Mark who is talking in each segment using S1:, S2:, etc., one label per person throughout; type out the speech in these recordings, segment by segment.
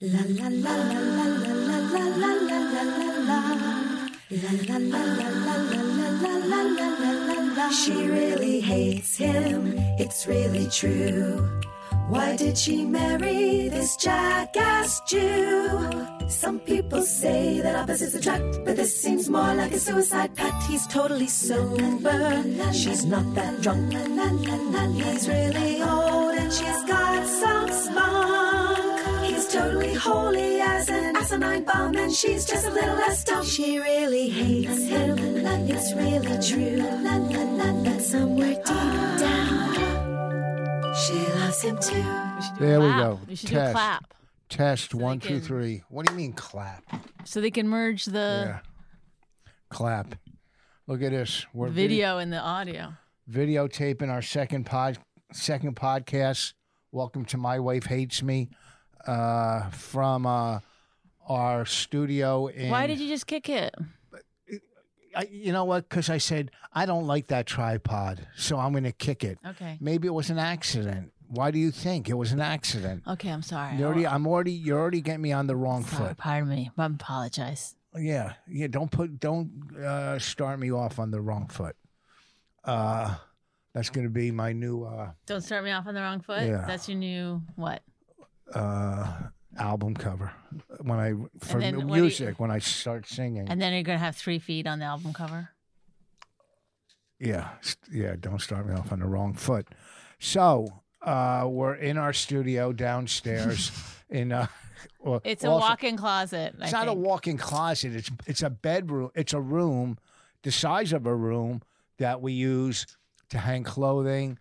S1: La la la la la la la la la la la la la. La la la la la la la la la la la la la. She really hates him, it's really true. Why did she marry this jackass Jew? Some people say that opposites attract, but this seems more like a suicide pact. He's totally sober, she's not that drunk. He's really old and she's got some spunk. He's totally holy as an asinine bomb, and she's just a little less dumb. She really hates him, it's really true. But somewhere deep down, she loves him too.
S2: We should do
S3: There
S2: a
S3: we
S2: clap.
S3: go.
S2: We should do a
S3: Test.
S2: clap
S3: Test one, two,
S2: can-
S3: three. What do you mean clap?
S2: so they can merge the
S3: Yeah. Clap. Look at this. We're vid-
S2: video and the audio.
S3: videotaping our second pod second podcast. Welcome to My Wife Hates Me. Uh from uh our studio in
S2: Why did you just kick it?
S3: I, you know what? Because I said I don't like that tripod, so I'm going to kick it.
S2: Okay.
S3: Maybe it was an accident. Why do you think it was an accident?
S2: Okay, I'm sorry. Oh,
S3: You already, I'm already. You're already getting me on the wrong
S2: Sorry,
S3: foot.
S2: pardon me. I apologize.
S3: Yeah, yeah. Don't put. Don't uh, start me off on the wrong foot. Uh, that's going to be my new uh,
S2: Don't start me off on the wrong foot.
S3: Yeah.
S2: That's your new what?
S3: uh, album cover when I for
S2: then
S3: mu-
S2: what do you-
S3: music when I start singing.
S2: And then you're gonna have three feet on the album cover.
S3: Yeah, s- yeah. Don't start me off on the wrong foot. So uh, we're in our studio downstairs. in uh, well,
S2: It's a
S3: also-
S2: walk-in closet. I
S3: It's not a
S2: think.
S3: walk-in closet. It's it's a bedroom. It's a room, the size of a room that we use to hang clothing,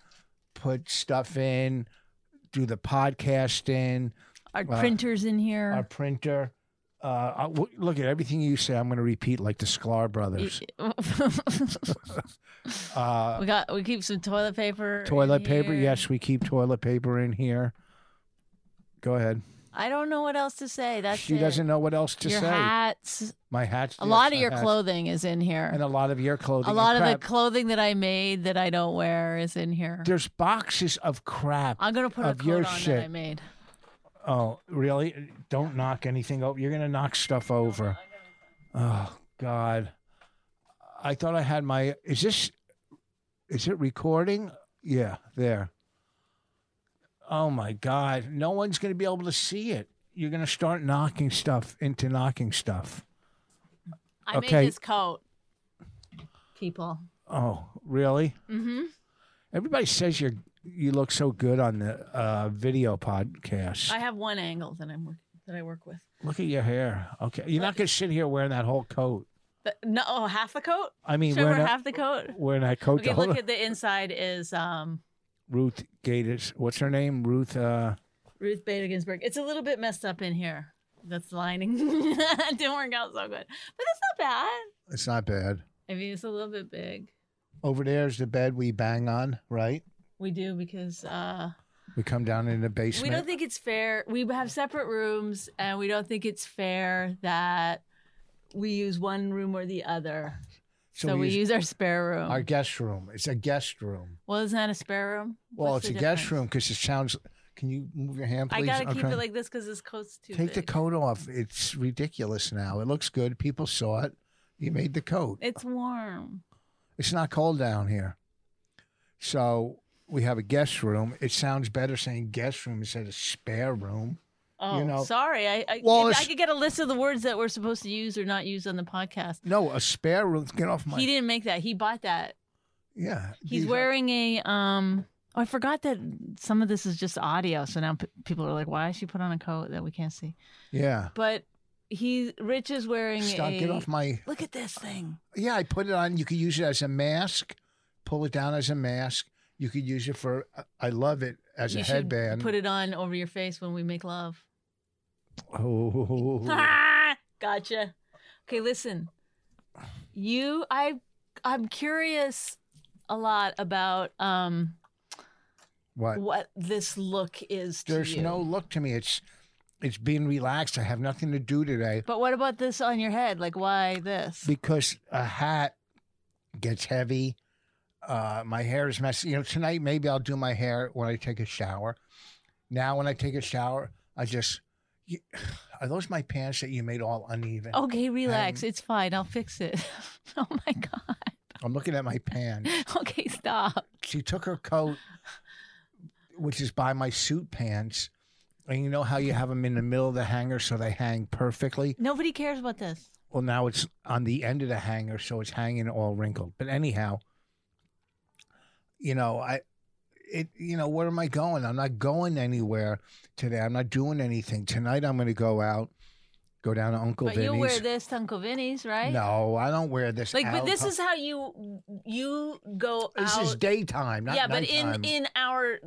S3: put stuff in, do the podcast in,
S2: Our printers in here.
S3: our printer. Uh, I- w- look at everything you say. I'm going to repeat like the Sklar
S2: we
S3: brothers. Uh,
S2: got. We keep some toilet paper. in
S3: Toilet paper.
S2: here.
S3: Yes, we keep toilet paper in here. Go ahead.
S2: I don't know what else to say. That's
S3: she
S2: it.
S3: doesn't know what else to
S2: your
S3: say.
S2: hats.
S3: My hats.
S2: A
S3: yes,
S2: lot of
S3: my
S2: your
S3: hats.
S2: clothing is in here.
S3: And a lot of your clothing.
S2: A
S3: and
S2: lot of
S3: crap.
S2: the clothing that I made that I don't wear is in here.
S3: There's boxes of crap.
S2: I'm gonna put a
S3: of your
S2: coat on that I
S3: shit.
S2: made.
S3: Oh, really? Don't knock anything over. You're going to knock stuff over. Oh, God. I thought I had my. Is this. Is it recording? Yeah, there. Oh, my God. No one's going to be able to see it. You're going to start knocking stuff into knocking stuff.
S2: I
S3: Okay.
S2: made this coat. People.
S3: Oh, really?
S2: Mm-hmm.
S3: Everybody says you're. You look so good on the uh, video podcast.
S2: I have one angle that I'm work- that I work with.
S3: Look at your hair. Okay, you're not gonna sit here wearing that whole coat.
S2: But no, oh, half the coat.
S3: I mean,
S2: Should I wear
S3: wearing that,
S2: half the coat?
S3: wearing that coat.
S2: Okay,
S3: the whole
S2: look at the inside is um,
S3: Ruth Gators. What's her name? Ruth. Uh,
S2: Ruth Bader Ginsburg. It's a little bit messed up in here. That's lining. it didn't work out so good, but that's not bad.
S3: it's not bad.
S2: I mean, it's a little bit big.
S3: Over there is the bed we bang on. Right.
S2: We do because uh,
S3: We come down in the basement.
S2: we don't think it's fair. We have separate rooms, and we don't think it's fair that we use one room or the other. So, we, use, our spare room.
S3: our guest room. It's a guest room.
S2: well, isn't that a spare room?
S3: Well,
S2: What's
S3: it's a
S2: the
S3: guest
S2: difference?
S3: room because it sounds. Can you move your hand,
S2: I
S3: please?
S2: gotta
S3: I'm
S2: keep
S3: trying-
S2: it like this because this coat's too
S3: Take the
S2: big.
S3: coat off. It's ridiculous now. It looks good. People saw it. You made the coat.
S2: It's warm.
S3: It's not cold down here. So we have a guest room. It sounds better saying guest room instead of spare room.
S2: Oh,
S3: know,
S2: sorry. I I,
S3: well,
S2: if I
S3: it's-
S2: could get a list of the words that we're supposed to use or not use on the podcast.
S3: No, a spare room. Get off my.
S2: He didn't make that. He bought that.
S3: yeah.
S2: He's
S3: these are-
S2: wearing a um. Oh, I forgot that some of this is just audio, so now p- people are like, "Why is she put on a coat that we can't see?"
S3: Yeah.
S2: But he, Rich, is wearing
S3: Stop.
S2: a.
S3: Get off my.
S2: Look at this thing.
S3: Yeah, I put it on. You could use it as a mask. Pull it down as a mask. You could use it for. uh, I love it as
S2: You
S3: a
S2: should
S3: headband.
S2: Put it on over your face when we make love.
S3: Oh.
S2: Ah, gotcha. Okay, listen. You, I, I'm curious a lot about um
S3: what?
S2: what this look is to
S3: There's
S2: you.
S3: no look to me. It's. It's being relaxed. I have nothing to do today.
S2: But what about this on your head? Like, why this?
S3: because a hat gets heavy. Uh, my hair is messy. You know, tonight maybe I'll do my hair when I take a shower. Now, when I take a shower, I just you, are those my pants that you made all uneven?
S2: Okay, relax. it's fine. I'll fix it. oh my god.
S3: I'm looking at my pants.
S2: Okay, stop.
S3: she took her coat, which is by my suit pants, and you know how you have them in the middle of the hanger so they hang perfectly.
S2: Nobody cares about this.
S3: Well, now it's on the end of the hanger, so it's hanging all wrinkled. But anyhow, you know, I, it, you know, where am I going? I'm not going anywhere today. I'm not doing anything tonight. I'm going to go out, go down to Uncle
S2: but you wear
S3: Vinny's.
S2: this to Uncle Vinny's, right?
S3: No, I don't wear this.
S2: Like, but
S3: out.
S2: this is how you you go
S3: This
S2: out.
S3: is daytime, not
S2: yeah, but
S3: nighttime.
S2: in in our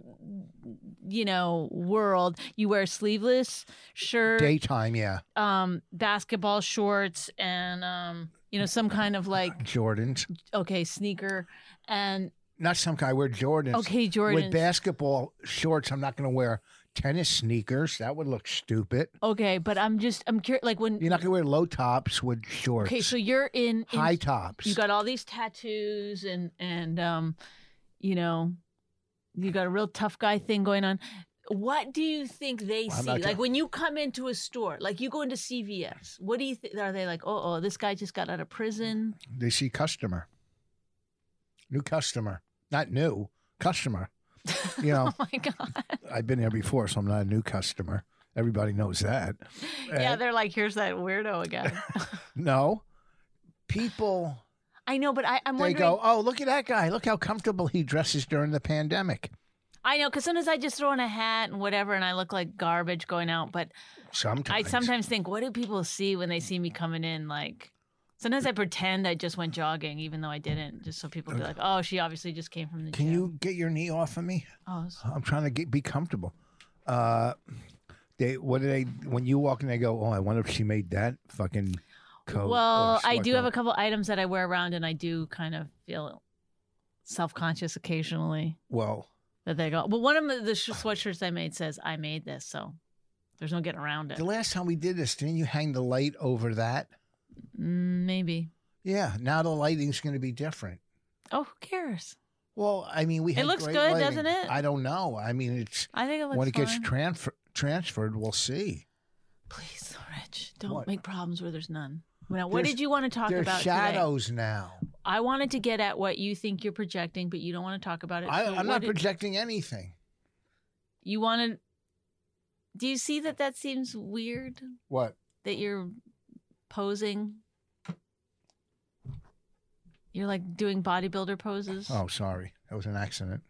S2: you know world, you wear sleeveless shirt,
S3: daytime, yeah,
S2: um, basketball shorts, and um, you know some kind of like
S3: Jordans.
S2: okay sneaker, and
S3: Not some kind. I wear Jordans.
S2: okay Jordan.
S3: With basketball shorts, I'm not going to wear tennis sneakers. That would look stupid.
S2: okay, but I'm just I'm curious. Like when
S3: You're not going to wear low tops with shorts.
S2: okay, so you're in, in
S3: high tops.
S2: you got all these tattoos and and um you know you got a real tough guy thing going on what do you think they
S3: Well, I'm
S2: see
S3: not
S2: like
S3: gonna-
S2: when you come into a store like you go into cvs what do you think are they like oh oh this guy just got out of prison
S3: they see customer, new customer, not new customer. You know,
S2: oh my god
S3: I've been here before, so I'm not a new customer. Everybody knows that.
S2: yeah
S3: Uh,
S2: they're like here's that weirdo again
S3: no, people.
S2: i know but I, i'm
S3: They
S2: wondering
S3: go, oh, look at that guy. Look how comfortable he dresses during the pandemic.
S2: i know because sometimes i just throw in a hat and whatever and i look like garbage going out but
S3: Sometimes.
S2: i sometimes think what do people see when they see me coming in like sometimes i pretend i just went jogging even though i didn't just so people be like oh she obviously just came from the
S3: Can
S2: gym
S3: you get your knee off of me?
S2: oh s-
S3: I'm trying to get be comfortable. Uh, they what do they when you walk in? They go, oh, I wonder if she made that fucking coat. or
S2: well i do have a
S3: sweater."
S2: couple items that i wear around and i do kind of feel self-conscious occasionally
S3: Well,
S2: that they go well one of the- the sh- sweatshirts i made says i made this so there's no getting around it
S3: the last time we did this, didn't you hang the light over that?
S2: mm, maybe
S3: Yeah. Now the lighting's going to be different.
S2: oh who cares
S3: Well, I mean, we
S2: It
S3: had
S2: looks
S3: great
S2: good,
S3: lighting.
S2: doesn't it?
S3: I don't know. I mean, it's
S2: i think it looks
S3: when it gets
S2: fine.
S3: transfer, transferred, we'll see.
S2: please rich don't
S3: What?
S2: make problems where there's none now what
S3: There's-
S2: did you want to talk
S3: There's
S2: about today?
S3: shadows now.
S2: I wanted to get at what you think you're projecting, but you don't want to talk about it.
S3: I,
S2: So
S3: I'm
S2: what
S3: not
S2: did-
S3: projecting anything.
S2: you want to. Do you see that that seems weird
S3: What?
S2: that you're posing? You're like doing bodybuilder poses.
S3: Oh, sorry. That was an accident.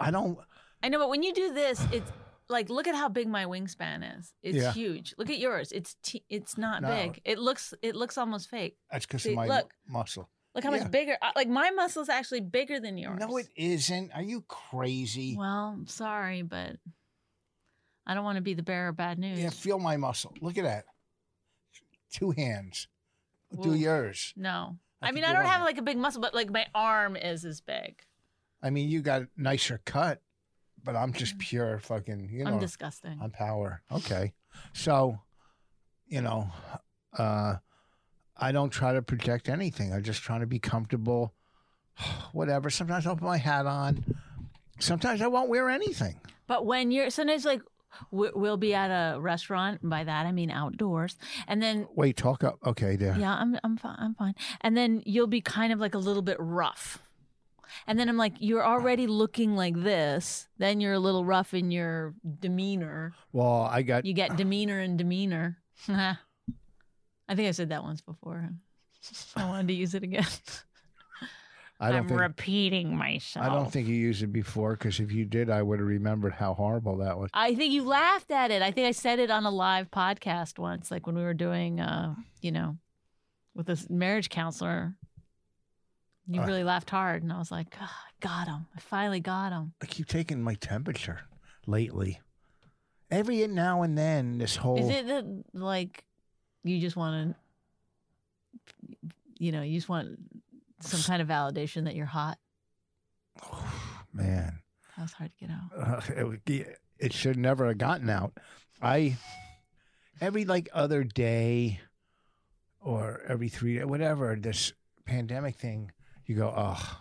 S3: I don't.
S2: I know, but when you do this, it's like look at how big my wingspan is. It's
S3: Yeah.
S2: huge. Look at yours. It's t- it's not
S3: No.
S2: big. It looks it looks almost fake.
S3: That's because
S2: See,
S3: of my
S2: look.
S3: muscle.
S2: Look how
S3: Yeah.
S2: much bigger. I- Like my muscle's actually bigger than yours.
S3: No, it isn't. Are you crazy?
S2: Well, I'm sorry, but I don't want to be the bearer of bad news.
S3: Yeah, feel my muscle. Look at that. Two hands. Do
S2: Ooh.
S3: yours.
S2: No. I,
S3: I think
S2: mean, I
S3: you're
S2: don't
S3: right.
S2: have like a big muscle, but like my arm is as big.
S3: I mean, you got a nicer cut, but I'm just pure fucking. You know,
S2: I'm disgusting.
S3: I'm power. Okay, so, you know, uh, I don't try to project anything. I'm just trying to be comfortable. Whatever. Sometimes I'll put my hat on. Sometimes I won't wear anything.
S2: but when you're sometimes like we- we'll be at a restaurant, and by that I mean outdoors, and then
S3: Wait, talk up. Okay, there.
S2: yeah, I'm I'm fine, I'm fine, and then you'll be kind of like a little bit rough, and then I'm like, you're already looking like this, then you're a little rough in your demeanor.
S3: Well, I got.
S2: You get demeanor and demeanor. I think I said that once before. I wanted to use it again.
S3: I don't
S2: I'm
S3: think.
S2: repeating myself.
S3: I don't think you used it before because if you did, I would have remembered how horrible that was.
S2: I think you laughed at it. I think I said it on a live podcast once, like when we were doing, uh, you know, with this marriage counselor. You
S3: Uh.
S2: really laughed hard, and I was like, "Ah, I "Got him! I finally got him."
S3: I keep taking my temperature lately. Every now and then, this whole
S2: Is it that like you just want to, you know, you just want some kind of validation that you're hot?
S3: man,
S2: That was hard to get out.
S3: uh, it, would be- it should never have gotten out. I every like other day or every three whatever this pandemic thing, you go, oh,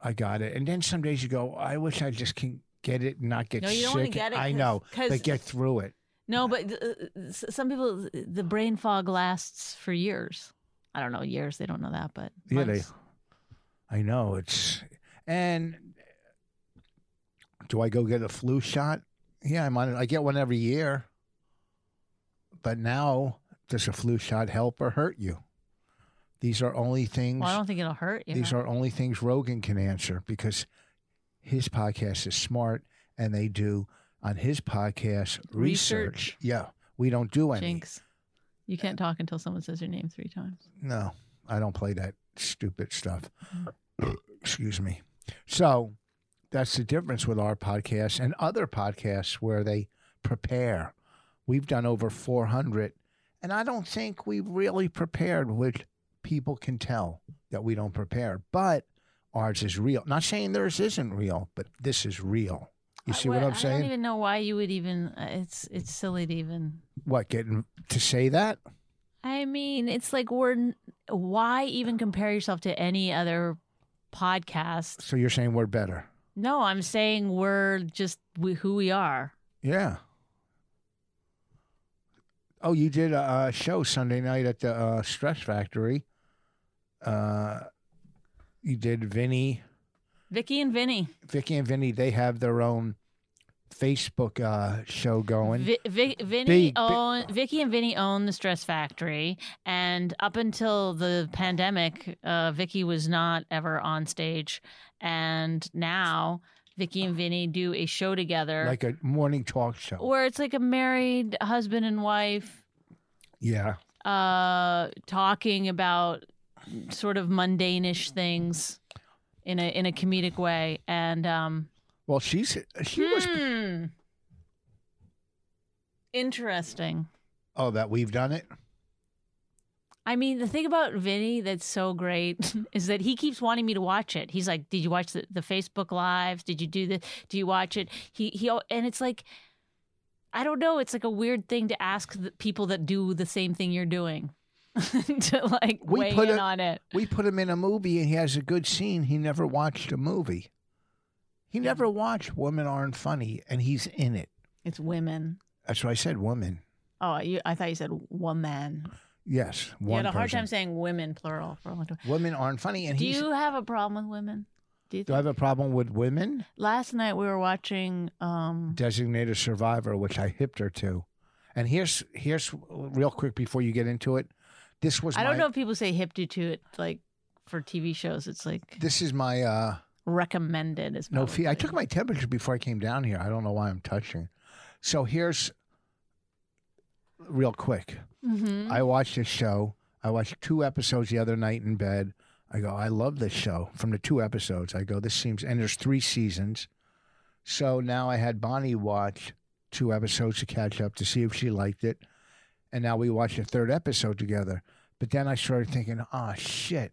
S3: I got it, and then some days you go, I wish I just can get it, and not get
S2: No, you
S3: sick.
S2: don't wanna get it
S3: I
S2: 'cause-
S3: know,
S2: 'cause-
S3: but get through it.
S2: No, but uh, uh, s- some people, the brain fog lasts for years. I don't know years. They don't know that, but
S3: Yeah, they,
S2: months.
S3: I know it's. And do I go get a flu shot? Yeah, I'm on it. I get one every year. But now, does a flu shot help or hurt you? These are only things.
S2: well, I don't think it'll hurt you.
S3: These are only things Rogan can answer because his podcast is smart and they do on his podcast
S2: Research.
S3: research. Yeah, we don't do any.
S2: Jinx. You can't talk until someone says your name three times.
S3: No, I don't play that stupid stuff. Excuse me. So that's the difference with our podcast and other podcasts where they prepare. We've done over 400, and I don't think we've really prepared, which people can tell that we don't prepare. But ours is real. Not saying theirs isn't real, but this is real. You
S2: I-
S3: see what
S2: well,
S3: I'm
S2: I don't
S3: saying?
S2: even know why you would even. uh, It's it's silly to even.
S3: What, getting to say that?
S2: I mean, it's like we're. n- Why even compare yourself to any other podcast?
S3: So you're saying we're better?
S2: No, I'm saying we're just we, who we are.
S3: Yeah. Oh, you did a, a show Sunday night at the uh, Stress Factory. Uh, you did Vinny,
S2: Vicky and Vinny.
S3: Vicky and Vinny. They have their own Facebook uh, show going.
S2: Vi- Vi- Vinny
S3: Big, big-
S2: own Vicky and Vinny own the Stress Factory, and up until the pandemic, uh, Vicky was not ever on stage, and now Vicky and Vinny do a show together,
S3: like a morning talk show.
S2: where it's like a married husband and wife
S3: yeah,
S2: uh, talking about sort of mundane-ish things in a in a comedic way, and um,
S3: well, she's she was.
S2: hmm. interesting.
S3: Oh, that we've done it.
S2: I mean, the thing about Vinny that's so great is that he keeps wanting me to watch it. He's like, "Did you watch the, the Facebook lives? Did you do the? Do you watch it?" He he, al- and it's like, I don't know. It's like a weird thing to ask the people that do the same thing you're doing to like
S3: We
S2: weigh
S3: put
S2: in
S3: a-
S2: on it.
S3: We put him in a movie, and he has a good scene. He never watched a movie. He never watched Women Aren't Funny, and he's in it.
S2: It's women.
S3: That's what I said. Women.
S2: Oh, you, I thought you said woman.
S3: Yes, one
S2: you had a hard
S3: person.
S2: time saying women plural for a long time.
S3: women aren't funny. And
S2: Do
S3: he's,
S2: you have a problem with women? Do you
S3: do I
S2: think?
S3: have a problem with women?
S2: Last night we were watching. Um,
S3: Designated survivor, which I hipped her to. And here's here's real quick before you get into it. This was
S2: I don't
S3: my,
S2: know if people say hip to to it like for TV shows. It's like
S3: This is my uh
S2: recommended. Is
S3: no fee. I
S2: probably-
S3: took my temperature before I came down here. I don't know why I'm touching. So here's real quick.
S2: Mhm.
S3: I watched this show. I watched two episodes the other night in bed. I go, I love this show. From the two episodes, I go, this seems, and there's three seasons. So now I had Bonnie watch two episodes to catch up to see if she liked it. And now we watched the third episode together. But then I started thinking, oh, shit,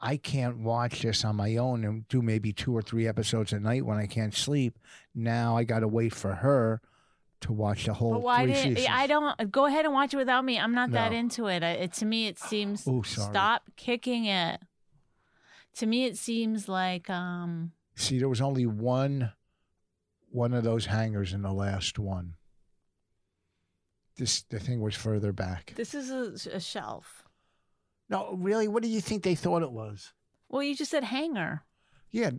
S3: I can't watch this on my own and do maybe two or three episodes a night when I can't sleep. Now I got to wait for her to watch the whole
S2: But why
S3: three
S2: did
S3: seasons.
S2: I don't go ahead and watch it without me? I'm not that
S3: No.
S2: into it. I, it to me, it seems
S3: Oh, sorry.
S2: stop kicking it. To me, it seems like um,
S3: See, there was only one one of those hangers in the last one. This the thing was further back.
S2: this is a, a shelf.
S3: No, really, what do you think they thought it was?
S2: Well, you just said hanger.
S3: Yeah,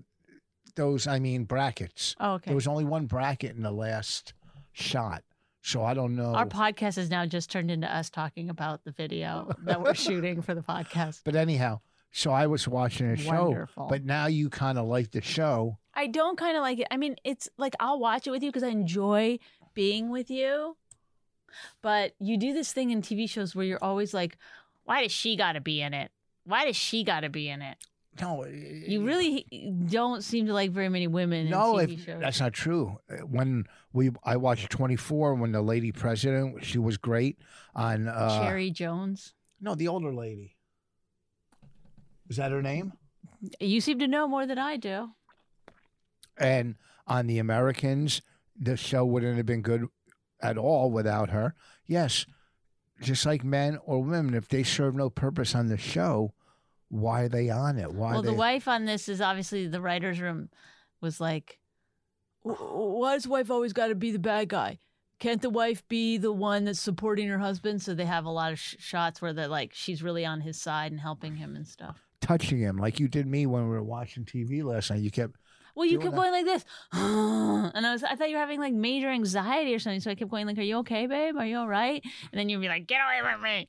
S3: those I mean brackets.
S2: Oh, okay.
S3: There was only one bracket in the last shot. So I don't know.
S2: Our podcast has now just turned into us talking about the video that we're shooting for the podcast.
S3: but anyhow, so I was watching a show.
S2: Wonderful.
S3: But now you kind of like the show.
S2: I don't kind of like it. I mean, it's like I'll watch it with you because I enjoy being with you. But you do this thing in TV shows where you're always like, why does she got to be in it? Why does she got to be in it?
S3: No,
S2: You really don't seem to like very many women
S3: no,
S2: in TV
S3: if,
S2: shows.
S3: that's not true. Uh, When we I watched 24 when the lady president, she was great on uh
S2: Cherry Jones.
S3: No, the older lady. Is that her name?
S2: You seem to know more than I do.
S3: And on the Americans, the show wouldn't have been good at all without her. Yes, just like men or women, if they serve no purpose on the show, why are they on it? Why
S2: well,
S3: they?
S2: the wife on this is obviously the writer's room was like, why does wife always got to be the bad guy? Can't the wife be the one that's supporting her husband? So they have a lot of sh- shots where they're like, she's really on his side and helping him and stuff.
S3: touching him like you did me when we were watching TV last night. You kept
S2: Well, you
S3: Doing
S2: kept
S3: that.
S2: going like this, and I was, I thought you were having like major anxiety or something. So I kept going like, "Are you okay, babe? Are you all right?" And then you'd be like, "Get away from me!"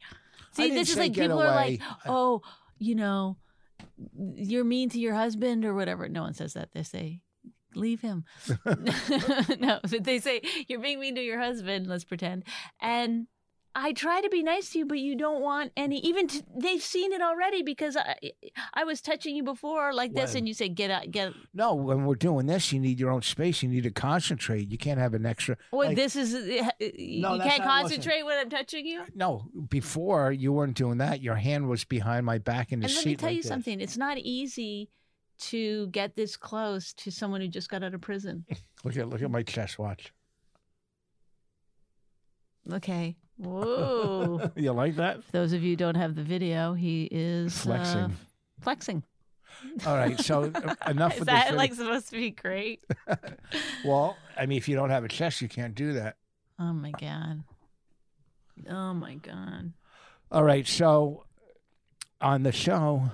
S2: See,
S3: didn't
S2: this is
S3: say
S2: like
S3: get
S2: people are like,
S3: away. I-
S2: "Oh, you know, you're mean to your husband or whatever." No one says that. They say, "Leave him." no, but they say you're being mean to your husband. Let's pretend. And I try to be nice to you, but you don't want any. Even t- they've seen it already because I, I was touching you before like this,
S3: When?
S2: and you said, "Get out, get."
S3: no. When we're doing this, you need your own space. You need to concentrate. You can't have an extra.
S2: Well,
S3: like-
S2: this is eh, you
S3: No, that's
S2: can't
S3: not listening.
S2: concentrate when I'm touching you.
S3: No, before you weren't doing that. Your hand was behind my back in the
S2: And let
S3: seat.
S2: me tell
S3: like
S2: you
S3: this.
S2: something. It's not easy to get this close to someone who just got out of prison.
S3: Look at look at my chest watch.
S2: Okay. Whoa.
S3: you like that?
S2: For those of you who don't have the video, he is uh,
S3: Flexing.
S2: flexing.
S3: All right. So uh, enough
S2: Is
S3: with
S2: that
S3: the
S2: like supposed to be great?
S3: Well, I mean, if you don't have a chest, you can't do that.
S2: Oh my god. Oh my god.
S3: All right. So on the show,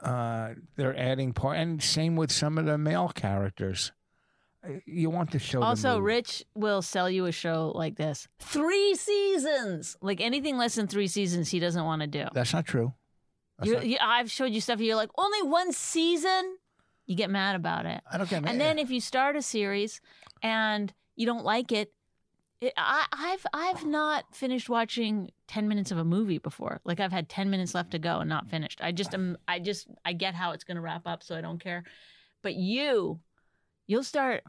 S3: uh, they're adding part, and same with some of the male characters. Uh, You want to show them
S2: Also,
S3: the-
S2: Rich will sell you a show like this. Three seasons. Like anything less than three seasons, he doesn't want to do.
S3: That's not true. That's
S2: you
S3: not-
S2: you, I've showed you stuff. You're like only one season. You get mad about it,
S3: I don't get mad.
S2: and then if you start a series and you don't like it, it I, I've I've not finished watching ten minutes of a movie before. Like I've had ten minutes left to go and not finished. I just am. I just I get how it's going to wrap up, so I don't care. But you, you'll start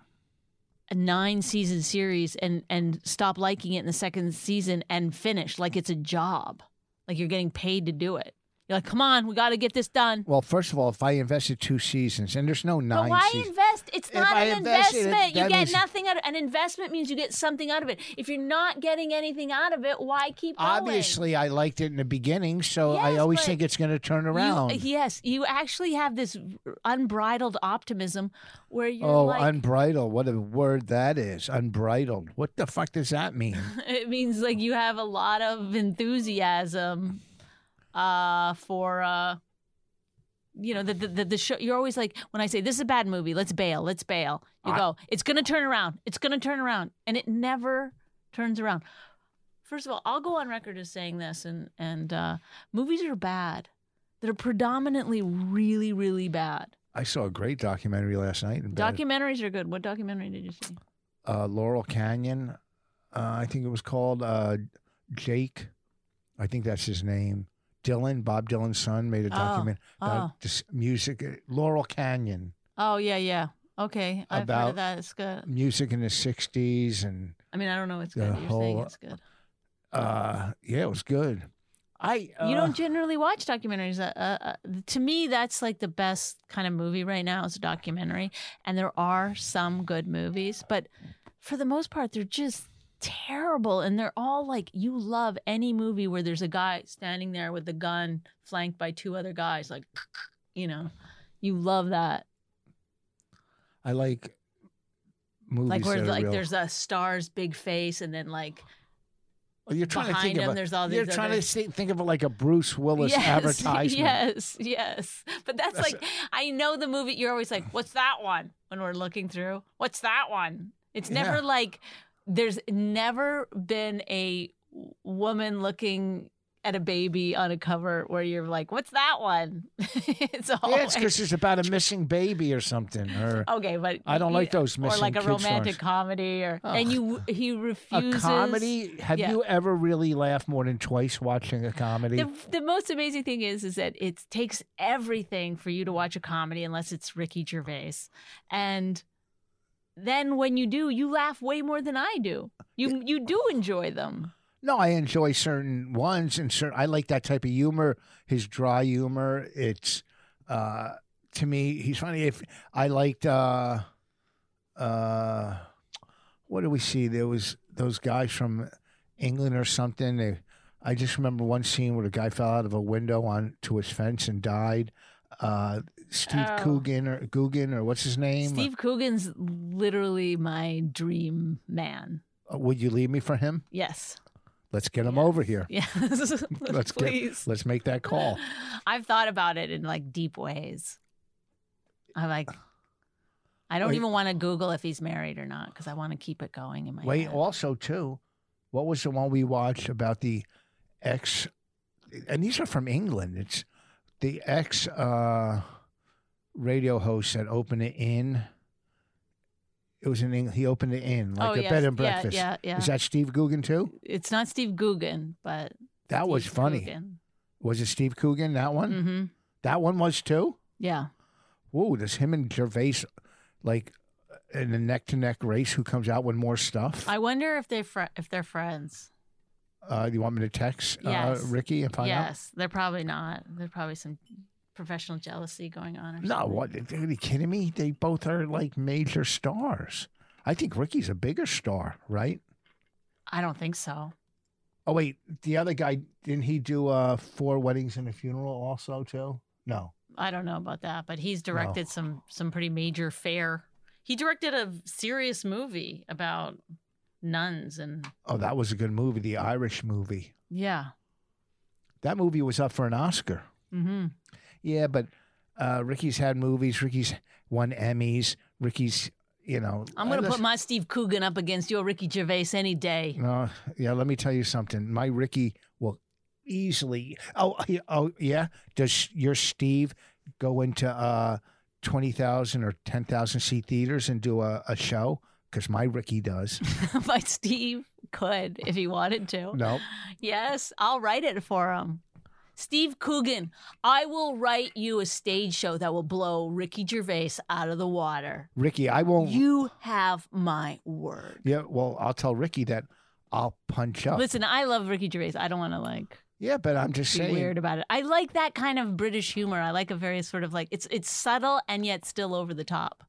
S2: a nine season series and and stop liking it in the second season and finish like it's a job, like you're getting paid to do it. You're like, come on, we got to get this done.
S3: well, first of all, if I invested two seasons, and there's no nine
S2: But why
S3: seasons.
S2: invest? It's
S3: If
S2: not
S3: I
S2: an
S3: invest in it,
S2: investment. you
S3: that
S2: get
S3: means-
S2: nothing out of an investment means you get something out of it. If you're not getting anything out of it, why keep going?
S3: Obviously, I liked it in the beginning, so I
S2: Yes,
S3: always
S2: but
S3: think it's going to turn
S2: You-
S3: around.
S2: yes, you actually have this unbridled optimism where you're
S3: oh,
S2: like,
S3: unbridled. What a word that is. Unbridled. What the fuck does that mean?
S2: it means like you have a lot of enthusiasm uh, for. Uh, you know the the, the the show. You're always like, when I say this is a bad movie, let's bail, let's bail. You
S3: I-
S2: go, it's gonna turn around, it's gonna turn around, and it never turns around. First of all, I'll go on record as saying this, and and uh, movies are bad. They're predominantly really, really bad.
S3: I saw a great documentary last night. In bed.
S2: Documentaries are good. What documentary did you see?
S3: uh, Laurel Canyon. Uh, I think it was called uh, Jake. I think that's his name. Dylan, Bob Dylan's son, made a
S2: Oh,
S3: document about
S2: oh.
S3: this music. uh, Laurel Canyon,
S2: Oh yeah, yeah. Okay, I've heard
S3: About-
S2: of that. It's good.
S3: music in the '60s, and
S2: I mean, I don't know. It's
S3: The
S2: good. You're saying
S3: whole-
S2: it's good.
S3: uh, yeah, it was good. I uh,
S2: you don't generally watch documentaries. Uh, uh, uh, to me, that's like the best kind of movie right now is a documentary, and there are some good movies, but for the most part, they're just terrible, and they're all like you love any movie where there's a guy standing there with a gun, flanked by two other guys, like you know, you love that.
S3: I like movies
S2: Like where
S3: that are
S2: like
S3: real.
S2: there's a star's big face, and then like
S3: Oh, you're trying to
S2: behind
S3: think of
S2: him,
S3: a-
S2: there's all
S3: you're
S2: these
S3: trying
S2: other-
S3: to think, think of it like a Bruce Willis advertisement.
S2: Yes, yes. But that's,
S3: That's
S2: like I know the movie you're always like, What's that one? when we're looking through. What's that one? It's never
S3: Yeah.
S2: like there's never been a woman looking at a baby on a cover where you're like, What's that one? it's all
S3: Yeah, it's because it's about a missing baby or something. Or
S2: Okay, but
S3: I don't
S2: you-
S3: like those
S2: or
S3: missing
S2: like a
S3: kid
S2: romantic
S3: stars.
S2: comedy or and you he
S3: a
S2: refuses
S3: comedy. Have
S2: Yeah.
S3: you ever really laughed more than twice watching a comedy?
S2: the, the most amazing thing is is that it takes everything for you to watch a comedy unless it's Ricky Gervais, and then when you do, you laugh way more than I do. You you do enjoy them.
S3: no, I enjoy certain ones and certain. I like that type of humor. His dry humor. It's uh, to me, he's funny. If I liked, uh, uh, what did we see? There was those guys from England or something. They, I just remember one scene where a guy fell out of a window onto his fence and died. Uh, Steve
S2: Oh.
S3: Coogan or Coogan or what's his name?
S2: Steve Coogan's literally my dream man.
S3: Uh, Would you leave me for him?
S2: Yes.
S3: Let's get him over here.
S2: Yes.
S3: Let's
S2: Please.
S3: get let's make that call.
S2: I've thought about it in like deep ways. I'm like, I don't
S3: Wait.
S2: even want to Google if he's married or not because I want to keep it going in my
S3: Wait,
S2: head.
S3: also too, what was the one we watched about the ex? And these are from England. It's the ex uh, radio host that opened it in. It was in England. He opened it in like
S2: oh,
S3: a
S2: yes.
S3: bed and
S2: Yeah,
S3: breakfast.
S2: Yeah, yeah.
S3: Is that Steve Coogan too?
S2: it's not Steve Coogan, but
S3: That was
S2: Steve
S3: funny.
S2: Coogan.
S3: Was it Steve Coogan? That one.
S2: Mm-hmm.
S3: That one was too.
S2: Yeah.
S3: Whoa, does him and Gervais like in a neck to neck race? Who comes out with more stuff?
S2: I wonder if they fr- if they're friends.
S3: uh, you want me to text
S2: Yes.
S3: uh, Ricky and find out?
S2: yes, they're probably not. There's probably some professional jealousy going on. Or
S3: No,
S2: something.
S3: what? Are you kidding me? They both are like major stars. I think Ricky's a bigger star, right?
S2: I don't think so.
S3: Oh wait, the other guy didn't he do uh, four weddings and a funeral also too? No.
S2: I don't know about that, but he's directed some some pretty major fair. He directed a serious movie about nuns and
S3: Oh, that was a good movie, the Irish movie.
S2: yeah.
S3: That movie was up for an Oscar.
S2: Mm-hmm.
S3: Yeah, but uh, Ricky's had movies. Ricky's won Emmys. Ricky's, you know.
S2: I'm gonna
S3: I
S2: put my Steve Coogan up against your Ricky Gervais any day.
S3: No, yeah. Let me tell you something. My Ricky will easily. Oh, he- oh, yeah. Does your Steve go into uh, twenty thousand or ten thousand seat theaters and do a, a show? Because my Ricky does.
S2: my Steve could if he wanted to.
S3: no,
S2: Yes, I'll write it for him. Steve Coogan, I will write you a stage show that will blow Ricky Gervais out of the water.
S3: Ricky, I won't.
S2: You have my word.
S3: yeah. Well, I'll tell Ricky that I'll punch up.
S2: Listen, I love Ricky Gervais. I don't want to like
S3: yeah, but I'm just
S2: be
S3: saying.
S2: weird about it. I like that kind of British humor. I like a very sort of like it's it's subtle and yet still over the top.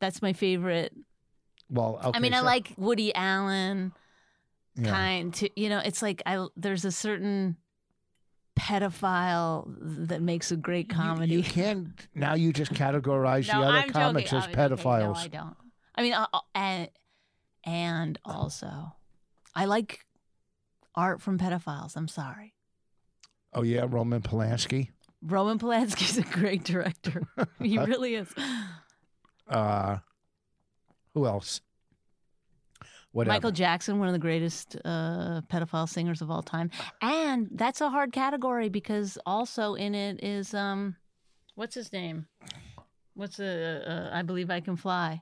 S2: That's my favorite.
S3: Well, okay,
S2: I mean, I
S3: so-
S2: like Woody Allen.
S3: yeah.
S2: kind to you know it's like i there's a certain pedophile that makes a great
S3: You-
S2: comedy
S3: You, can now. You just categorize the other comics as
S2: no
S3: pedophiles.
S2: i don't i mean uh, uh, and and also i like art from pedophiles i'm sorry
S3: oh yeah, Roman Polanski.
S2: roman polanski's a great director he really is
S3: Uh, who else? Whatever.
S2: michael jackson one of the greatest uh, pedophile singers of all time and that's a hard category because also in it is um what's his name what's the uh, i believe i can fly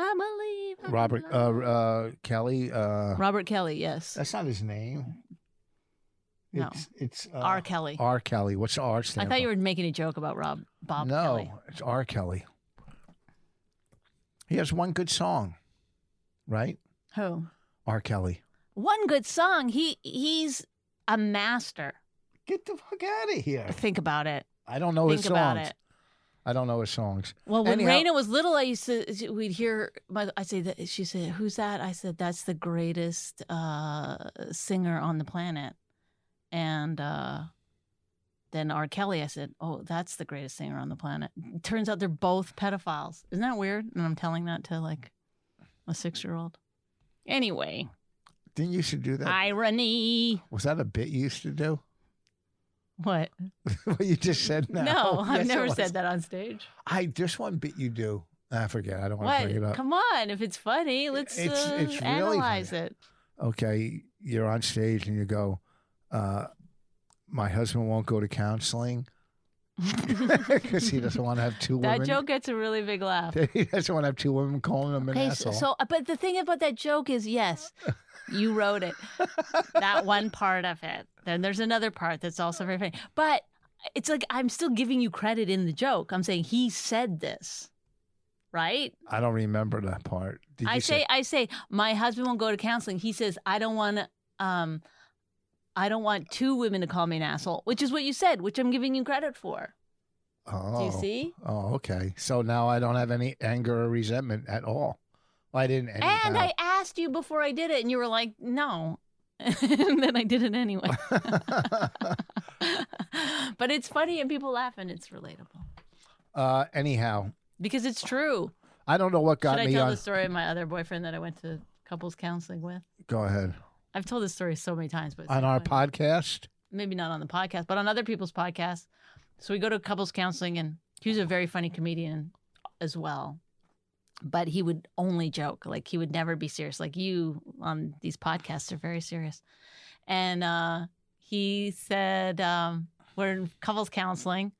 S2: i believe I Can
S3: Robert uh,
S2: Fly.
S3: uh, Kelly. Uh,
S2: robert kelly yes
S3: that's not his name.
S2: No.
S3: It's, it's uh,
S2: r kelly
S3: R. Kelly. What's the R
S2: i
S3: stand
S2: thought you
S3: for?
S2: were making a joke about rob bob
S3: no,
S2: kelly
S3: it's R. Kelly. He has one good song, right?
S2: who
S3: R. Kelly.
S2: one good song he he's a master
S3: Get the fuck out of here!
S2: think about it
S3: I don't know his
S2: think
S3: songs.
S2: about it
S3: I don't know his songs.
S2: Well, when
S3: Anyhow-
S2: Raina was little, I used to we'd hear my I say that she said, "Who's that?" I said, "That's the greatest uh, singer on the planet." And uh, then R. Kelly, I said, "Oh, that's the greatest singer on the planet." Turns out they're both pedophiles. Isn't that weird? And I'm telling that to like a six year old. Anyway,
S3: Didn't you used to do that?
S2: irony.
S3: Was that a bit you used to do?
S2: What?
S3: what you just said
S2: No,
S3: now?
S2: I've
S3: Yes, it
S2: never
S3: was.
S2: said that on stage.
S3: I there's one bit you do. Ah, I forget. I don't want to
S2: What?
S3: bring it up.
S2: Come on, if it's funny, let's
S3: It's-
S2: uh,
S3: it's really
S2: analyze
S3: funny.
S2: it.
S3: okay, you're on stage and you go, uh, my husband won't go to counseling because he doesn't want to have two
S2: That
S3: women.
S2: joke gets a really big laugh.
S3: he doesn't want to have two women calling him an
S2: Okay, so,
S3: asshole.
S2: so uh, but the thing about that joke is, yes, you wrote it. that one part of it. Then there's another part that's also very funny. But it's like I'm still giving you credit in the joke. I'm saying he said this, right?
S3: I don't remember that part. Did
S2: I
S3: you
S2: say, I say, my husband won't go to counseling. He says, I don't want to. Um, I don't want two women to call me an asshole, which is what you said, which I'm giving you credit for.
S3: oh,
S2: Do you see?
S3: Oh, okay. So now I don't have any anger or resentment at all. Well, I didn't. Anyhow.
S2: And I asked you before I did it, and you were like, no. and then I did it anyway. but it's funny and people laugh and it's relatable
S3: Uh, anyhow,
S2: because it's true.
S3: I don't know what got
S2: Should I
S3: me
S2: tell
S3: on.
S2: the story of my other boyfriend that I went to couples counseling with?
S3: Go ahead.
S2: I've told this story so many times, but it's
S3: On
S2: so
S3: our
S2: funny.
S3: podcast,
S2: maybe not on the podcast, but on other people's podcasts. So we go to couples counseling, and he was a very funny comedian as well. But he would only joke, like he would never be serious. Like you on these podcasts are very serious. And uh, he said, um, "We're in couples counseling."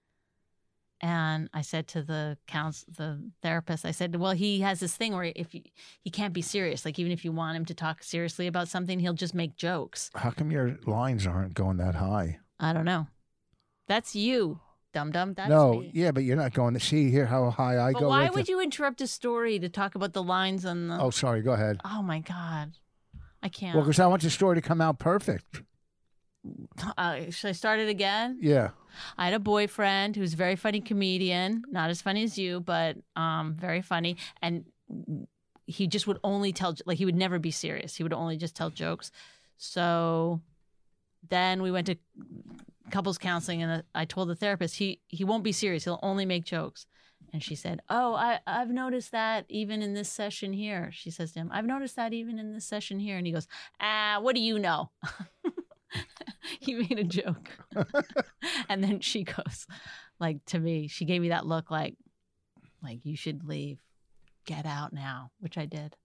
S2: And I said to the couns- the therapist, I said, "Well, he has this thing where if you, he can't be serious, like even if you want him to talk seriously about something, he'll just make jokes."
S3: how come your lines aren't going that high?
S2: I don't know. That's you, dum dum. That's
S3: no,
S2: me.
S3: yeah, but you're not going to see here how high I
S2: but
S3: go.
S2: why
S3: with
S2: would
S3: the-
S2: you interrupt a story to talk about the lines on the?
S3: Oh, sorry. Go ahead.
S2: Oh my god, I can't.
S3: Well, because I want your story to come out perfect.
S2: uh, should I start it again?
S3: Yeah.
S2: I had a boyfriend who's a very funny comedian, not as funny as you, but um, very funny, and he just would only tell like he would never be serious. He would only just tell jokes. So then we went to couples counseling and I told the therapist he he won't be serious he'll only make jokes and she said oh I, i've noticed that even in this session here she says to him i've noticed that even in this session here and he goes ah what do you know he made a joke and then she goes like to me she gave me that look like like you should leave get out now which i did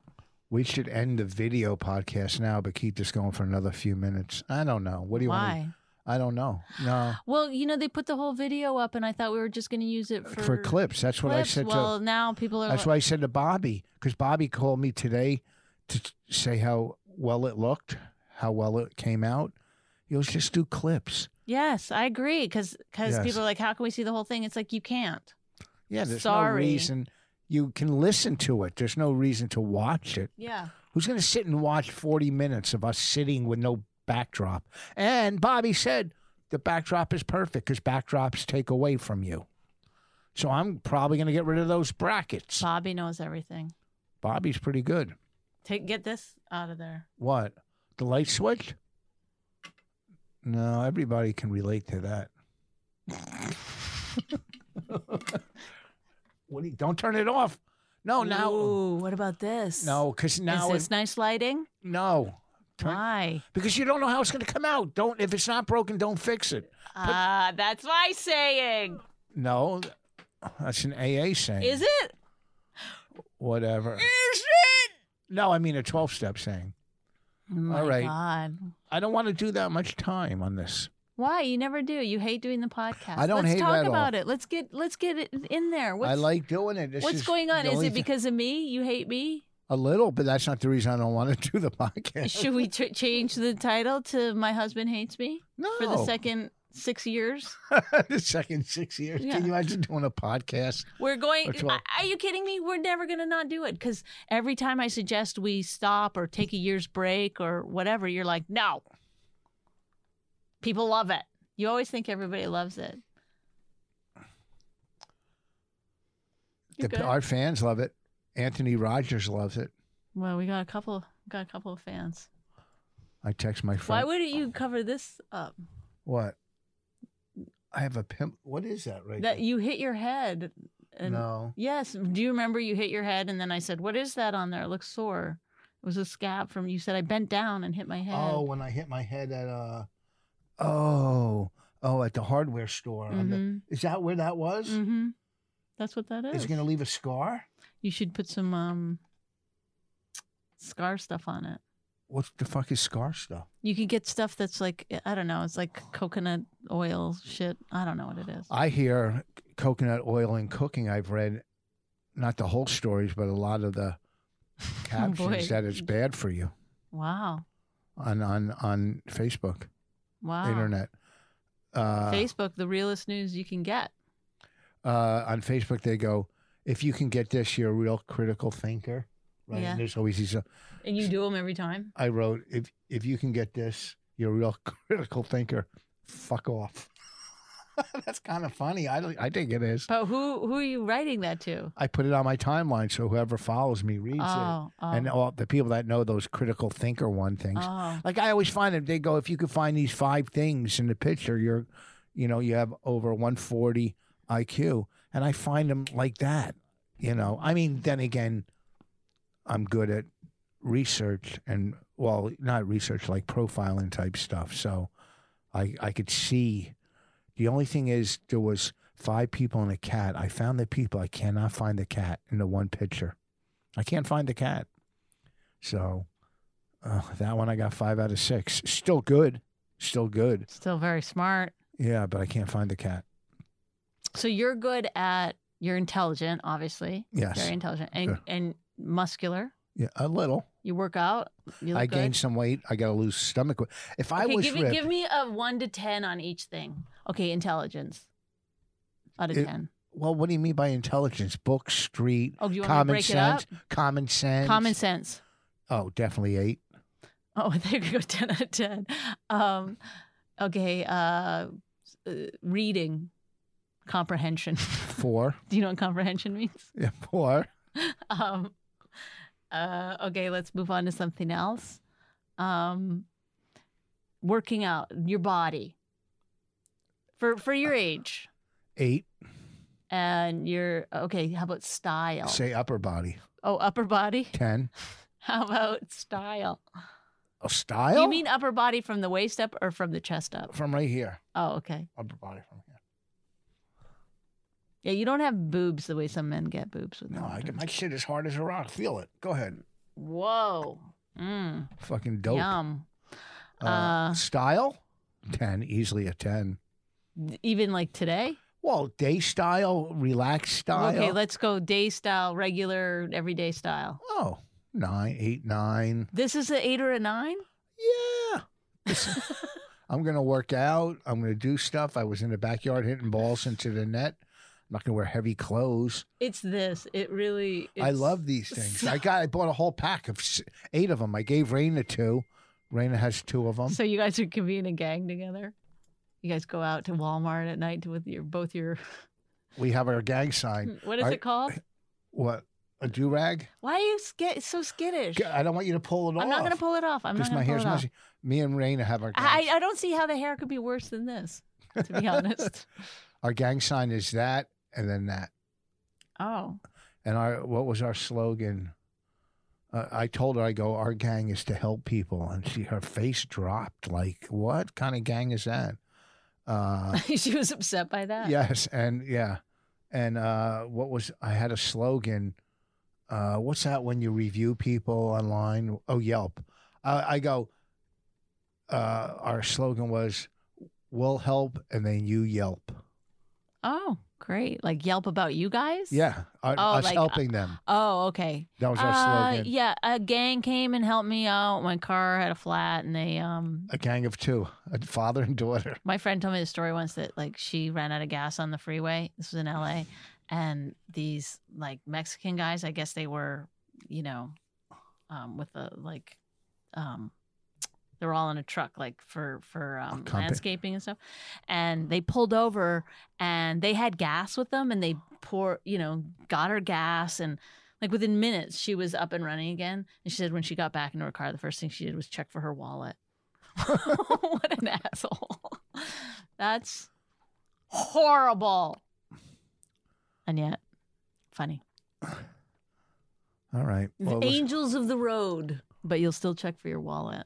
S3: We should end the video podcast now, but keep this going for another few minutes. I don't know. What do you want?
S2: why
S3: I don't know. No.
S2: well you know they put the whole video up and i thought we were just going to use it for,
S3: For, clips. That's what I
S2: clips.
S3: said to
S2: well uh, now people are
S3: That's
S2: like-
S3: why I said to Bobby, because Bobby called me today to t- say how well it looked, how well it came out. You'll just do clips.
S2: Yes, I agree. Because
S3: Yes.
S2: people are like, how can we see the whole thing? It's like you can't.
S3: Yeah, there's
S2: Sorry.
S3: no reason you can listen to it. There's no reason to watch it.
S2: Yeah.
S3: Who's going to sit and watch 40 minutes of us sitting with no backdrop? And Bobby said the backdrop is perfect because backdrops take away from you. So I'm probably going to get rid of those brackets.
S2: Bobby knows everything.
S3: Bobby's pretty good.
S2: Take get this out of there.
S3: What? The light switch? No, everybody can relate to that. what do you, don't turn it off. No, now
S2: Ooh, Oh, what about this?
S3: no, because now
S2: Is this
S3: it,
S2: nice lighting?
S3: no. Turn-
S2: Why?
S3: Because you don't know how it's gonna come out. Don't if it's not broken, don't fix it.
S2: Ah, that's my saying.
S3: No. That's an AA saying.
S2: Is it?
S3: Whatever.
S2: Is it?
S3: No, I mean a twelve step saying.
S2: Oh my
S3: All right.
S2: God.
S3: I don't want to do that much time on this.
S2: Why you never do? You hate doing the podcast.
S3: I don't
S2: let's
S3: hate it
S2: talk
S3: at all.
S2: about it. Let's get let's get it in there. What's,
S3: I like doing it. This
S2: what's
S3: is
S2: going on?
S3: the
S2: Is
S3: only
S2: it
S3: thi-
S2: because of me? You hate me?
S3: a little, but that's not the reason I don't want to do the podcast.
S2: Should we t- change the title to "My Husband Hates Me"
S3: No.
S2: for the second six years?
S3: the second six years.
S2: Yeah.
S3: Can you imagine doing a podcast?
S2: We're going.
S3: Or 12.
S2: Are you kidding me? We're never going to not do it because every time I suggest we stop or take a year's break or whatever, you're like, no. People love it. You always think everybody loves it. You're
S3: The-
S2: good.
S3: our fans love it. Anthony Rogers loves it.
S2: Well, we got a couple. Got a couple of fans.
S3: I text my friend.
S2: Why wouldn't you cover this up?
S3: what? I have a pimp. What is that right
S2: That
S3: there?
S2: you hit your head. And
S3: no.
S2: Yes. Do you remember you hit your head and then I said, What is that on there? It looks sore. It was a scab from you said I bent down and hit my head.
S3: Oh, when I hit my head at uh oh oh at the hardware store. on the-
S2: Mhm.
S3: is that where that was?
S2: hmm That's what that
S3: Is
S2: is.
S3: it going to leave a scar?
S2: You should put some um scar stuff on it.
S3: What the fuck is scar stuff?
S2: You could get stuff that's like I don't know, it's like coconut oil shit. I don't know what it is.
S3: I hear coconut oil in cooking. I've read not the whole stories, but a lot of the captions
S2: Oh, boy.
S3: that it's bad for you
S2: Wow.
S3: on on on Facebook,
S2: Wow.
S3: internet. Uh,
S2: Facebook, the realest news you can get.
S3: uh, on Facebook, they go, if you can get this, you're a real critical thinker, right?
S2: Yeah.
S3: And there's always these. Uh,
S2: And you do them every time.
S3: I wrote, if if you can get this, you're a real critical thinker. Fuck off. That's kind of funny. I don't, I think it is.
S2: But who who are you writing that to?
S3: I put it on my timeline so whoever follows me reads it.
S2: Oh, oh,
S3: And all the people that know those critical thinker one things.
S2: oh.
S3: Like I always find them, they go, if you could find these five things in the picture, you're, you know, you have over 140 IQ. And I find them like that, you know. I mean, then again, I'm good at research and, well, not research, like profiling type stuff. So I, I could see. The only thing is, there was five people and a cat. I found the people. I cannot find the cat in the one picture. I can't find the cat. So. Uh, that one I got five out of six. Still good. Still good.
S2: Still very smart.
S3: Yeah, but I can't find the cat.
S2: So you're good at you're intelligent, obviously.
S3: Yes.
S2: Very intelligent and
S3: Yeah.
S2: and muscular.
S3: Yeah, a little.
S2: You work out. You look
S3: I
S2: good.
S3: gained some weight. I got to lose stomach weight. If I
S2: okay,
S3: was
S2: give me
S3: ripped,
S2: give me a one to ten on each thing. Okay, intelligence. Out of
S3: It-
S2: ten.
S3: well, what do you mean by intelligence? Book, street,
S2: Oh, do you want me to
S3: common
S2: break
S3: sense,
S2: it
S3: common sense,
S2: up? Common sense.
S3: Oh, definitely eight.
S2: Oh, I think I go ten out of ten. Um, okay, uh, uh, reading, comprehension.
S3: Four.
S2: Do you know what comprehension means?
S3: yeah, four.
S2: Um, uh, okay, let's move on to something else. Um, working out your body for for
S3: Uh,
S2: your age
S3: Eight.
S2: and your okay. How about style?
S3: Say upper body.
S2: Oh, upper body.
S3: Ten.
S2: How about style?
S3: Oh, style.
S2: You mean upper body from the waist up or from the chest up?
S3: from right here?
S2: Oh, okay.
S3: Upper body from here.
S2: Yeah, you don't have boobs the way some men get boobs with
S3: No,
S2: their
S3: I
S2: boobs.
S3: can, my shit is hard as a rock. Feel it. Go ahead.
S2: Whoa. Mm,
S3: Fucking dope.
S2: yum.
S3: Uh,
S2: Uh,
S3: style. Ten. Easily a ten.
S2: Even like today?
S3: Well, day style, relaxed style.
S2: Okay, let's go day style, regular, everyday style.
S3: oh, nine, eight, nine.
S2: This is an eight or a nine?
S3: Yeah. This- I'm going to work out. I'm going to do stuff. I was in the backyard hitting balls into the net. I'm not going to wear heavy clothes.
S2: It's this. It really. It's,
S3: I love these things. I got. I bought a whole pack of s- eight of them. I gave Raina two. Raina has two of them.
S2: So you guys are convene a gang together? You guys go out to Walmart at night with your both your.
S3: We have our gang sign.
S2: What is
S3: I-
S2: it called?
S3: What? A do rag?
S2: Why are you sk- so skittish?
S3: I don't want you to pull it off.
S2: I'm not going to pull it off. I'm
S3: Because
S2: not
S3: my
S2: going to pull
S3: hair's
S2: it off.
S3: messy. Me and Raina have our. Gang
S2: I, I don't see how the hair could be worse than this, to be honest.
S3: our gang sign is that, and then that.
S2: Oh,
S3: and our what was our slogan? Uh, I told her, I go, our gang is to help people, and she her face dropped. Like, what kind of gang is that? Uh,
S2: she was upset by that.
S3: yes, and yeah, and uh, what was I had a slogan? Uh, what's that when you review people online? Oh, Yelp. I, I go. Uh, our slogan was, "We'll help," and then you Yelp.
S2: Oh, great! Like Yelp about you guys.
S3: Yeah, uh,
S2: Oh,
S3: us
S2: like, uh,
S3: helping them.
S2: Oh, okay.
S3: That was our
S2: Uh,
S3: slogan.
S2: yeah, a gang came and helped me out. My car had a flat, and they um.
S3: A gang of two, a father and daughter.
S2: My friend told me the story once that like she ran out of gas on the freeway. This was in L.A. And these like Mexican guys, I guess they were, you know, um, with the like, um, they were all in a truck like for for um,
S3: compa-
S2: landscaping and stuff, and they pulled over and they had gas with them and they pour you know got her gas and like within minutes she was up and running again and she said when she got back into her car the first thing she did was check for her wallet what an asshole that's horrible and yet funny
S3: All right. Well,
S2: the
S3: listen,
S2: angels of the road but you'll still check for your wallet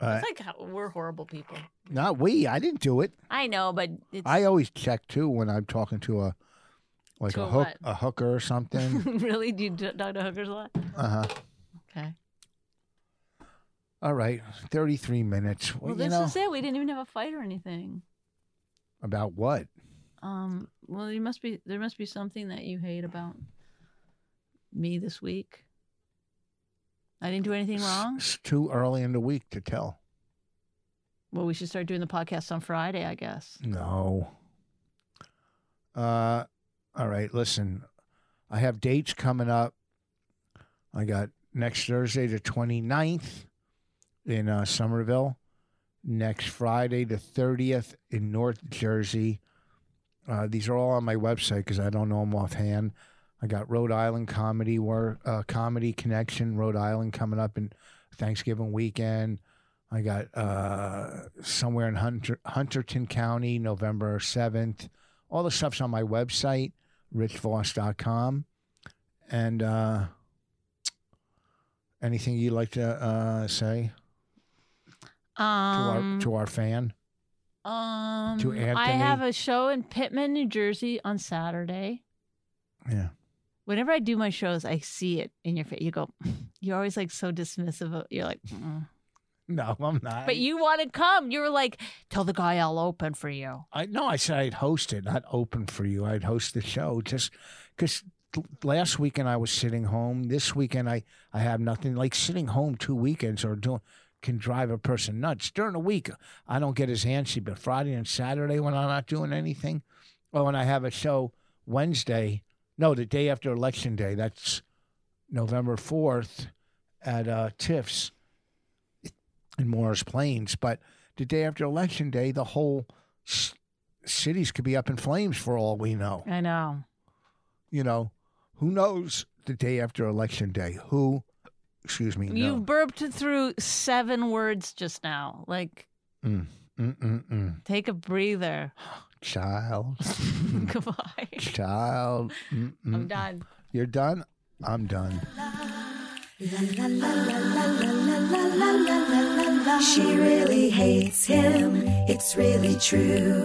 S3: uh,
S2: it's like how, we're horrible people
S3: not we. I didn't do it.
S2: i know but it's
S3: I always check too when I'm talking to a like
S2: To
S3: a
S2: a
S3: hook
S2: what?
S3: a hooker or something.
S2: really do you d- talk to hookers a lot
S3: uh huh.
S2: okay
S3: All right. Thirty three minutes.
S2: well
S3: Well, you
S2: this
S3: know
S2: is it we didn't even have a fight or anything
S3: about what?
S2: Um. Well, you must be. There must be something that you hate about me this week. I didn't do anything wrong.
S3: It's too early in the week to tell.
S2: Well, we should start doing the podcast on Friday, I guess.
S3: No. Uh, all right. Listen, I have dates coming up. I got next Thursday the 29th in uh, Somerville, next Friday the 30th in North Jersey, Uh, these are all on my website because I don't know them offhand. I got Rhode Island comedy work, uh, comedy connection, Rhode Island coming up in Thanksgiving weekend. I got uh, somewhere in Hunter, Hunterton County, November seventh. All the stuff's on my website, richvoss.com. And uh, anything you'd like to uh, say to
S2: Um,
S3: our to our fan?
S2: um,
S3: to
S2: I
S3: Anthony.
S2: have a show in Pittman, New Jersey on Saturday.
S3: Yeah.
S2: Whenever I do my shows, I see it in your face. You go, you're always like so dismissive. Of, you're like, "Mm."
S3: No, I'm not.
S2: but you want to come. You were like, tell the guy I'll open for you.
S3: I no, I said I'd host it, not open for you. I'd host the show just because last weekend I was sitting home. This weekend I I have nothing. Like sitting home two weekends or doing can drive a person nuts. During the week I don't get as antsy, but Friday and Saturday when I'm not doing anything, oh, and I have a show Wednesday. No, the day after election day. That's November fourth at uh, Tiff's in Morris Plains. But the day after election day, the whole s- cities could be up in flames for all we know.
S2: I know.
S3: You know, who knows the day after election day? Who, excuse me,
S2: You
S3: no.
S2: burped through seven words just now. Like,
S3: Mm, mm, mm, mm.
S2: take a breather.
S3: Child,
S2: Goodbye.
S3: child. Mm, mm.
S2: I'm done.
S3: You're done? I'm done.
S1: She really hates him, it's really true.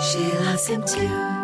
S1: she loves him too.